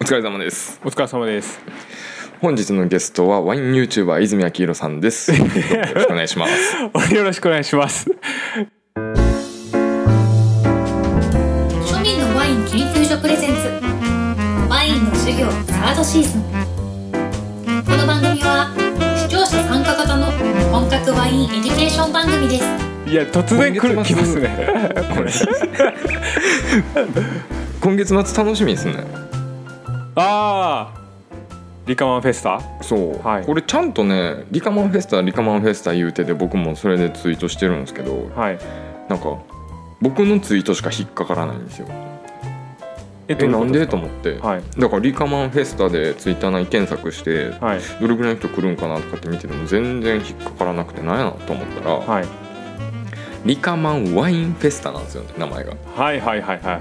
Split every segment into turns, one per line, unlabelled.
疲れ様です
お疲れ様です。
本日のゲストはワイン YouTuber 泉明宏さんですよ ろしくお願いします
よろしくお願いします。
庶民のワイン研究所プレゼンツワインの授業サードシーズンこの番組は視聴者参加型の本格ワインエデュケーション番組です
いや突然来る
今月
来
末
ますね。
これ今月末楽しみですね
ああ、リカマンフェスタ。
そう、
はい
これちゃんとねリカマンフェスタリカマンフェスタ言うてで僕もそれでツイートしてるんですけど
はい。
なんか僕のツイートしか引っかからないんですよ
え
えなんでと
と
思って、
はい
だからリカマンフェスタでツイッター内検索して、
はい
どれぐらいの人来るんかなとかって見てても全然引っかからなくてなんやなと思ったら、
はい
リカマンワインフェスタなんですよね名前が
はいはいはいはい。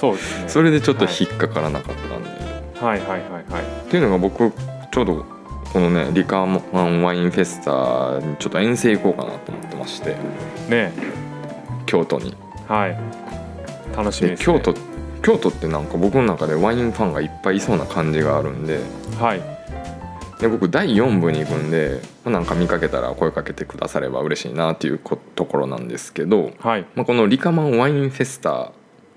そうですね。
それでちょっと
はい
引っかからなかったんで、
はいはいはいはい。
っていうのが僕ちょうどこのねリカマンワインフェスタにちょっと遠征行こうかなと思ってまして
ね
京都に
はい。楽しみ
で
です、ね。
京都京都ってなんか僕の中でワインファンがいっぱいいそうな感じがあるんで
はい
で僕第4部に行くんでまあなんか見かけたら声かけてくだされば嬉しいなっていうこところなんですけど、
はい
まあ、このリカマンワインフェスタ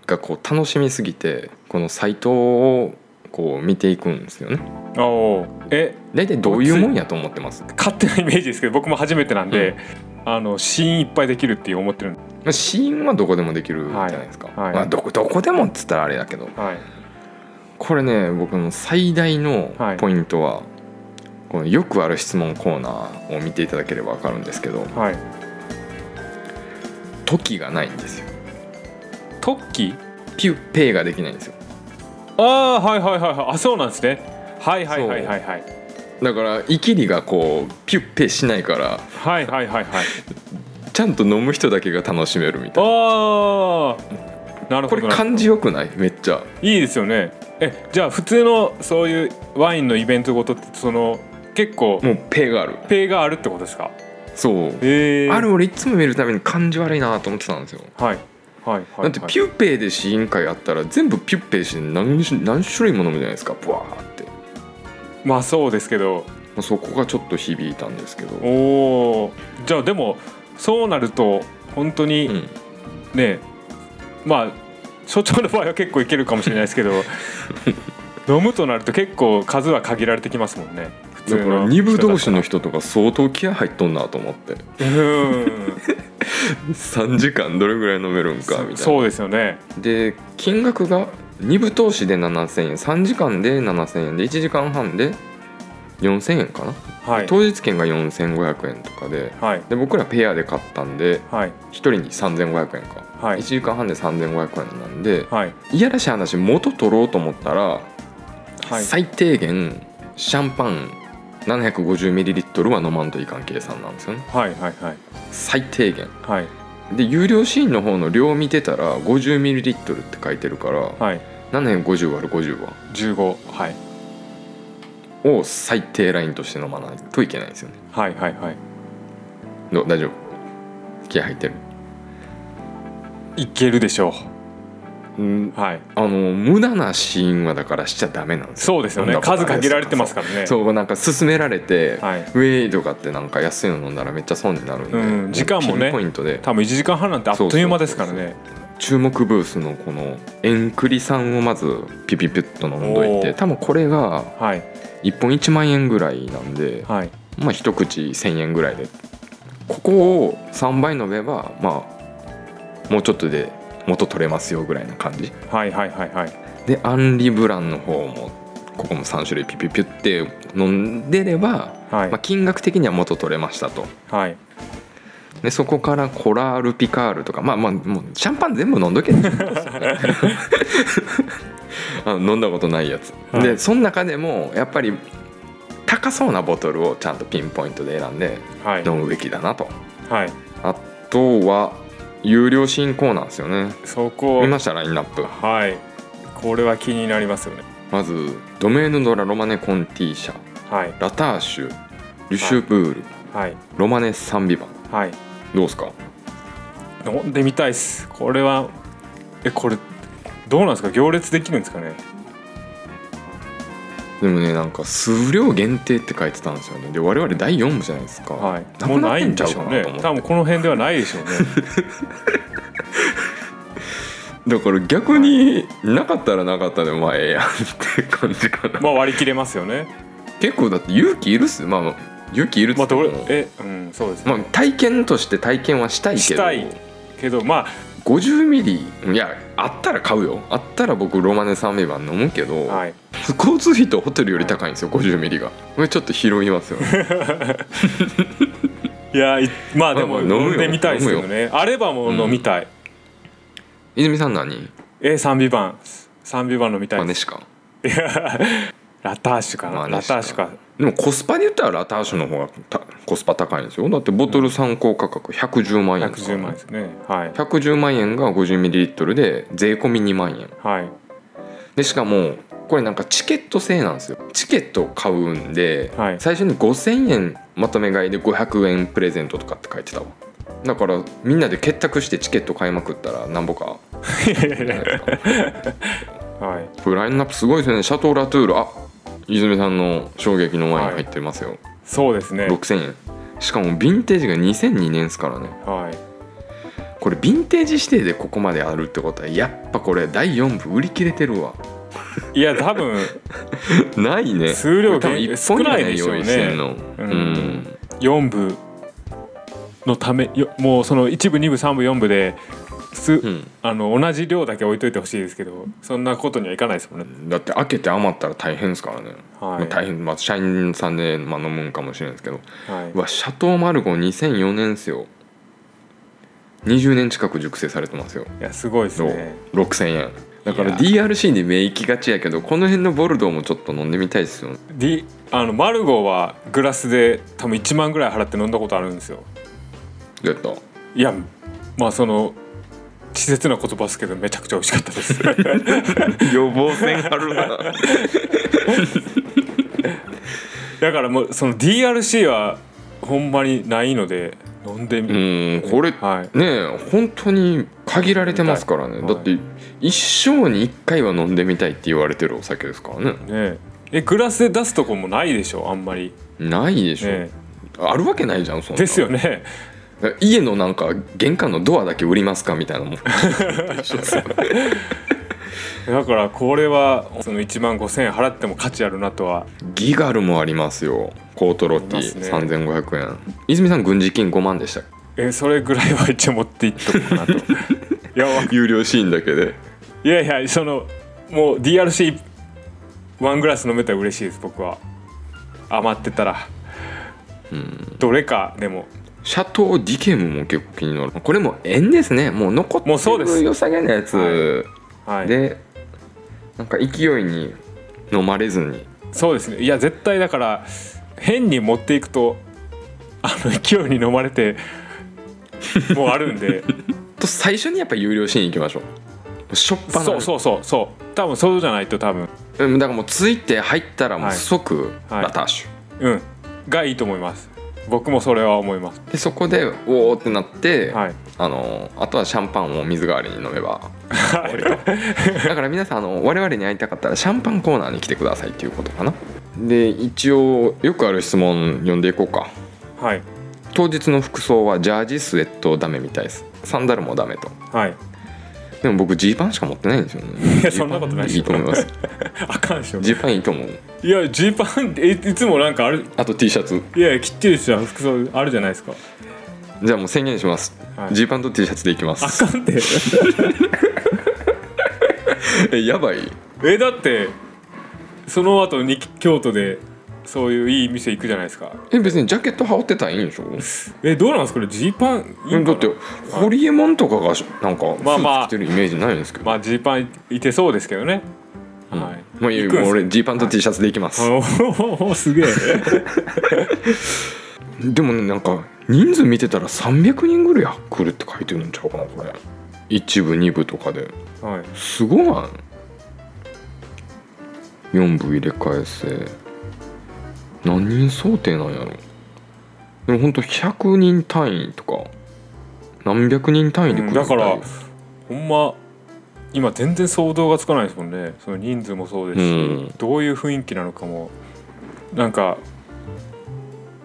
がこう楽しみすぎてこのサイトをこう見ていくんですよね
おおえ
大体どういうもんやと思ってますま
勝手なイメージですけど僕も初めてなんで、あのシーンいっぱいできるって思ってるんで
あ死因はどこでもできるじゃないですか、
はいはい
まあ、どこどこでもっつったらあれだけど
はい
これね僕の最大の
はい
ポイントは、このよくある質問コーナーを見ていただければ分かるんですけど
はい
時がないんですよ
トッキー
ピュッペイができないんですよ
ああーはいはいはいはいあそうなんですねはいはいはいはいはい
だからイキリがこうピュッペイしないから
はいはいはいはい
ちゃんと飲む人だけが楽しめるみたいな
ああなる
こ
ほ
れ
ど
感じよくないめっちゃ
いいですよねえじゃあ普通のそういうワインのイベントごとってその結構
もうペイがある
ペイがあるってことですか
そう
ええー、
ある俺いつも見るために感じ悪いなと思ってたんですよ
はいはいはい、
だ
は
っ
い、
てピュッペイで試飲会あったら全部ピュッペイして何種何種類も飲むじゃないですかブワーって、ま
まあそうですけど
あ、そこがちょっと響いたんですけど
おおじゃあでもそうなると本当
う
に
ん
ね、まあ所長の場合は結構いけるかもしれないです けど飲むとなると結構数は限られてきますもんね普
だ
通
から
の
2部同士
士
の人とか相当気合入っとんなと思って
うん
3時間どれぐらい飲めるんかみたい
そうですよね
なで金額が2部投資で7000円3時間で7000円で1時間半で4000円かな
はい
当日券が4500円とかで
はい
で僕らペアで買ったんで
はい
1人に3500円か、
はい
1時間半で3500円なんで
はい
いやらしい話元取ろうと思ったら、
はい
最低限シャンパン 750ml は飲まんといかん計算なんですよね
はいはいはい
最低限
はい
で有料シーンの方の量見てたら 50ml って書いてるから
はい
750割る50は
15はい
を最低ラインとして飲まないといけないんですよね
はいはいはい
どう大丈夫気合入ってる
いけるでしょ
うん
うはい
あの無駄なシーンはだからしちゃダメなんですよ
そうですよね
飲んだこと
数
ない
限られてますからね
そうなんか勧められて、
はい
ウェイとかってなんか安いの飲んだらめっちゃ損になるんで、
うん時間もね
ピンポイントで
多分1時間半なんてあっという間ですからね
注目ブースのこの円クリさんをまずピピピュッと飲んどい
お
て
ー
多分これが
はい
1本1万円ぐらいなんで、
はい
まあ一口1,000円ぐらいでここを3倍飲めばまあもうちょっとで元取れますよぐらいな感じ
はいはいはいはい
でアンリ・ブランの方もここも3種類ピピピュって飲んでれば、
はい
まあ、金額的には元取れましたと。
はい
でそこからコラールピカールとかまあまあもうシャンパン全部飲んどけ あの飲んだことないやつ、
はい
でその中でもやっぱり高そうなボトルをちゃんとピンポイントで選んで
はい
飲むべきだなと
はい
あとは有料新コーナーですよね
そこ
見ましたラインナップ
はいこれは気になりますよね
まずドメーヌ・ドラ・ロマネ・コンティーシャ
はい
ラターシュルシュブール、
はい
ロマネ・サンビバン
はい
どうですか
飲んでみたいっすこれはえこれどうなんですか行列できるんですかね
でもねなんか数量限定って書いてたんですよねで我々第4部じゃないですか、
はい、
な
も
く
う
なっ
ない
て
ん
んち
で
ゃう
し
か
ょう
な
ね
と思って
多分この辺ではないでしょ うね
だから逆になかったらなかったでまあええやんって感じかな
まあ割り切れますよね
結構だって勇気いるっすまあ勇気いるっつ
まあ
っても
どれえうんそうですね、
まあ、体験として体験はしたいけど
したいけどま
50ミリいやあったら買うよあったら僕ロマネ酸味版飲むけど、
あはい
交通費とホテルより高いんですよ50ミリがこれちょっと拾いますよ ね
いやいまあでも
まあまあ飲むよ
飲んでみたいですよねあればもう飲みたい、
泉さん何
え3美版3美版飲みた
マ
い
ネ
で
し
す
か
ラターシュかな
マ
ラ
ネシュか
ターシュか
でもコスパで言ったらラターシュの方がたコスパ高いんですよだってボトル参考価格110万円ですから
110万円ですねはい
110万円が50ミリリットルで税込み2万円
はい
でしかもこれなんかチケット制なんですよチケットを買うんで、
はい
最初に5,000円まとめ買いで500円プレゼントとかって書いてたわだからみんなで結託してチケット買いまくったらなんぼか
はい
これラインナップすごいですよねシャトーラトゥールあ泉さんの衝撃のワイン入ってますよ、
そうですね
6,000円しかもヴィンテージが2002年ですからね
はい
これヴィンテージ指定でここまであるってことはやっぱこれ第4部売り切れてるわ
いや多分
ないね
数量
多分
限
一本
少ない
ぐら
で
い
しょう
用
ね
意してんの
う
うんん
4部のためよもうその1部2部3部4部です、
ん
あの同じ量だけ置いといてほしいですけどそんなことにはいかないですもんね、
だって開けて余ったら大変ですからね、
はい
まあ大変、まあ、社員さんで、まあ、飲むんかもしれないですけど
は
うわシャトーマルゴー2004年ですよ20年近く熟成されてますよ
い、いやすごいです
どう
ね
6000円だから
いや
DRC に目行きがちやけどこの辺のボルドーもちょっと飲んでみたいですよね
D あのマルゴーはグラスで多分1万ぐらい払って飲んだことあるんですよ
どうやった
いやまあその稚拙な言葉ですけどめちゃくちゃ美味しかったです
予防線あるな
だからもうその DRC はほんまにないので飲んでみ、
うんこれ、
はい
ねえ本当に限られてますからね
はい
だって一生に一回は飲んでみたいって言われてるお酒ですからね
ねええグラスで出すとこもないでしょあんまり、
ないでしょ、
ね
あるわけないじゃんそんな
え、ですよね
家のなんか玄関のドアだけ売りますかみたいなもん 一緒ですよ
だからこれはその1万5,000円払っても価値あるなとは
ギガルもありますよコートロッテ
あり
ィ、
ます
3500円泉さん軍事金5万でした
えそれぐらいは一応持っていっとこう かなといやわい
有料シーンだけで
やいやそのもう DRC ワングラス飲めたら嬉しいです僕は余ってたらどれかでも
シャトーディケムも結構気になるこれも円ですねもう残っ
もうそう
て
です
る良さげなやつ
はい
でなんか勢いに飲まれずに
そうですねいや絶対だから変に持っていくとあの勢いに飲ま れてもうあるんで
と最初にやっぱ有料シーン行きましょうしょっぱな
そうそうそうそう多分そうじゃないと多分
うんだからもうついて入ったらもう
はい
即
はい
ラターシュ、
うんがいいと思います僕もそれは思います
でそこでおおってなって、
はい
あのあとはシャンパンを水代わりに飲め ば終わりとだから皆さんあの我々に会いたかったらシャンパンコーナーに来てくださいっていうことかなで一応よくある質問読んでいこうか
はい
当日の服装はジャージスウェットダメみたいですサンダルもダメと
はい
でも僕ジーパンしか持ってないんですよね
いやそんなことないで
ですい
よ
いと思います
あかんでしょ
ジーパンいいと思う
いやジーパンっていいつもなんかある
あと T シャツ
いやきっちりした服装あるじゃないですか
じゃあもう宣言します
はい
ジー、パンと T シャツでいきま
あ
す
かんって
えやばい
えだってその後に京都でそういういい店行くじゃないですか
え別にジャケット羽織ってたらいいんでしょ
えどうなんですかこれジーパンいい
うんん
か
だっ
な
てホリエモンとかがしなんかス
まあま
ー
あ
ツ着てるイメージないんですけど、
まあジーパンいてそうですけどね、はい
もういい
行くん
もう
す
俺ジーパンと T シャツでいきます、
おーすげえ
でもねなんか人数見てたら300人ぐらい来るって書いてるんちゃうかなこれ1部2部とかで
はい
すごない4部入れ替え制何人想定なんやろでもほんと100人単位とか何百人単位で来る
だから
みたい
ほんま今全然想像がつかないですもんねその人数もそうですし、
うん
どういう雰囲気なのかもなんか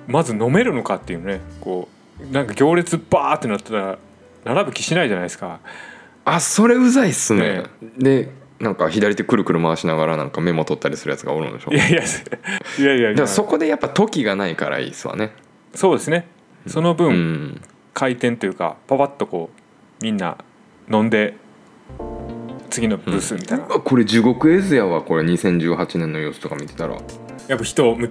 まず飲めるのかっていうねこうなんか行列バーってなったら並ぶ気しないじゃないですか
あそれうざいっすね
ね
でなんか左手くるくる回しながらなんかメモ取ったりするやつがおるんでしょ
いやいやいやいや
だか
いや
らそこでやっぱ時がないからいいっすわね
そうですねその分、
うん
回転というかパパッとこうみんな飲んで次のブースみたいな、
うわこれ地獄絵図やわこれ2018年の様子とか見てたら
やっぱ人む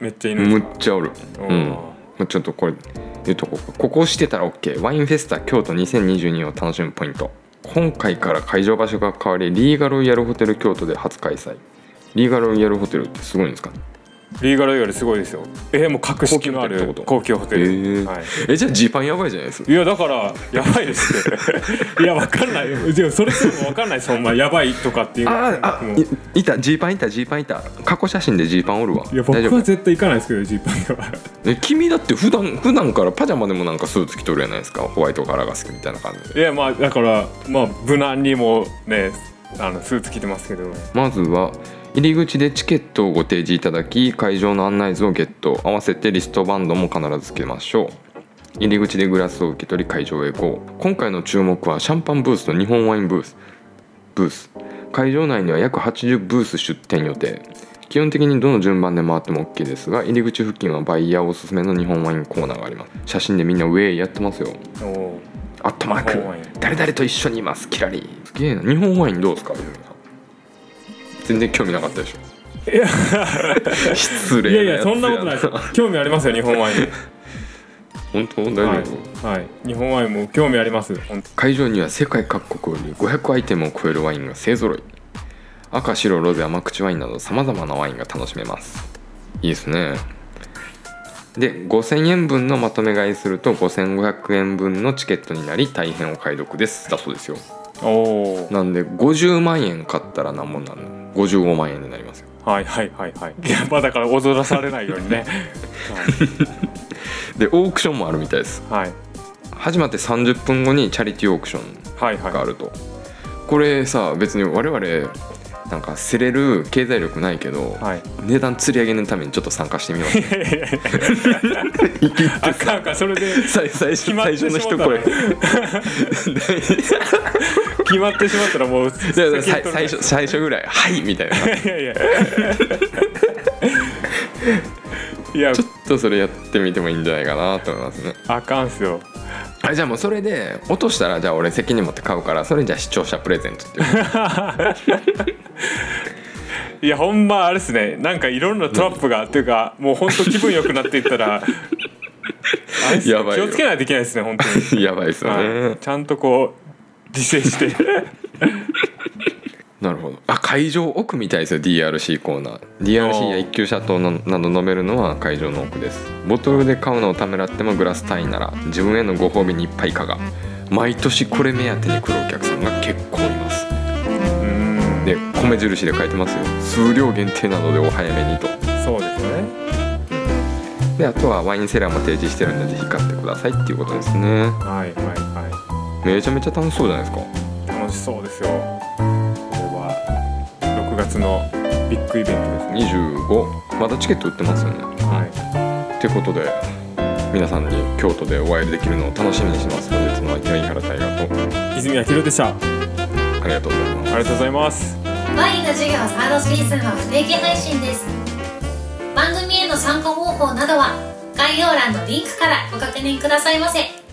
めっちゃいるんで
む
す
っちゃおる
か
うんもうちょっとこれ言うとこうかここしてたら OK ワインフェスタ京都2022を楽しむポイント今回から会場場所が変わりリーガロイヤルホテル京都で初開催リーガロイヤルホテルってすごいんですか
リーガルよりすごいですよえーもう格式のある高
高
級ホテル、
へー
はい、
えじゃあジーパンやばいじゃないですか
いやだからやばいですって いやわかんないでもそれすらもわかんないですほんまやばいとかっていう
あー
も
あ
う
いいたジーパンいたジーパンいた過去写真でジーパンおるわ
いや僕
大丈
は
夫
絶対行かないですけどジーパンでは
え君だって普段普段からパジャマでもなんかスーツ着とるやないですかホワイト柄が好きみたいな感じで
いやまあだからまあ無難にもねあのスーツ着てますけど
まずは入り口でチケットをご提示いただき会場の案内図をゲット合わせてリストバンドも必ずつけましょう入り口でグラスを受け取り会場へ行こう今回の注目はシャンパンブースと日本ワインブースブース会場内には約80ブース出店予定基本的にどの順番で回っても OK ですが入り口付近はバイヤーおすすめの日本ワインコーナーがあります写真でみんなウェイやってますよ
おお
アットマー
日本ワイン
ク誰々と一緒にいますキラリすげえな日本ワインどうですかベルさん全然興味なかったでしょ
ーいや
失礼
いやい
や
や
つ
そんなことないですよ興味ありますよ日本ワイン
本当大
は
丈夫、
い、はい、日本ワインも興味あります本当
会場には世界各国より500アイテムを超えるワインが勢ぞろい赤白ロゼ甘口ワインなどさまざまなワインが楽しめますいいですねで5000円分のまとめ買いすると5500円分のチケットになり大変お買い得ですだそうですよ
おお
なんで50万円買ったら何本なの55万円になりますよ
はいはいはいはいいやまあだから踊らされないように ね
でオークションもあるみたいです
はい
始まって30分後にチャリティーオークション
はいはい
があ
はい
るとこれさ別に我々なんか競れる経済力ないけど、
はい
値段釣り上げのためにちょっと参加してみよう
あかんあかんそれで
最 最
決
初
まっ
最
てし
初
ま
の
った
一
ら
声
決まってしまったらもう
いやいやさい
先
最
取
初最初ぐらい「はい」みたいなち
れないいやいやいや
ょっとそれやってみてもいいんじゃないかなと思いますね
あかんっすよ
あじゃあもうそれで落としたらじゃあ俺責任持って買うからそれじゃあ視聴者プレゼントっていう
いやほんまあれっすねなんかいろんなトラップがっていうかもうほんと気分良くなっていった らあれっすね
やばい
気
よ
をつけないといけないですね本当に
やばいですよね、
はい、ちゃんとこう自 制して
なるほどあ会場奥みたいですよ DRC コーナー DRC や一級シャトーななど飲めるのは会場の奥ですボトルで買うのをためらってもグラス単位なら自分へのご褒美にいっぱいいかが毎年これ目当てに来るお客さんが結構います
うん
で米印で書いてますよ数量限定なのでお早めにと
そうですよね
であとはワインセラーも提示してるんでぜひ買ってくださいっていうことですね
はいはいは
めちゃめちゃ楽しそうじゃないですか
い楽しそうですよこれは6月のビッグイベントですね
25まだチケット売ってますよね
は
ってことで皆さんに京都でお会いできるのを楽しみにしてます本日の相手は井原大河と
い泉明宏でしたあ
ありがとうございます
りがとうございます
ワインの授業サードシーズンは不定期配信です番組への参加方法などは概要欄のリンクからご確認くださいませ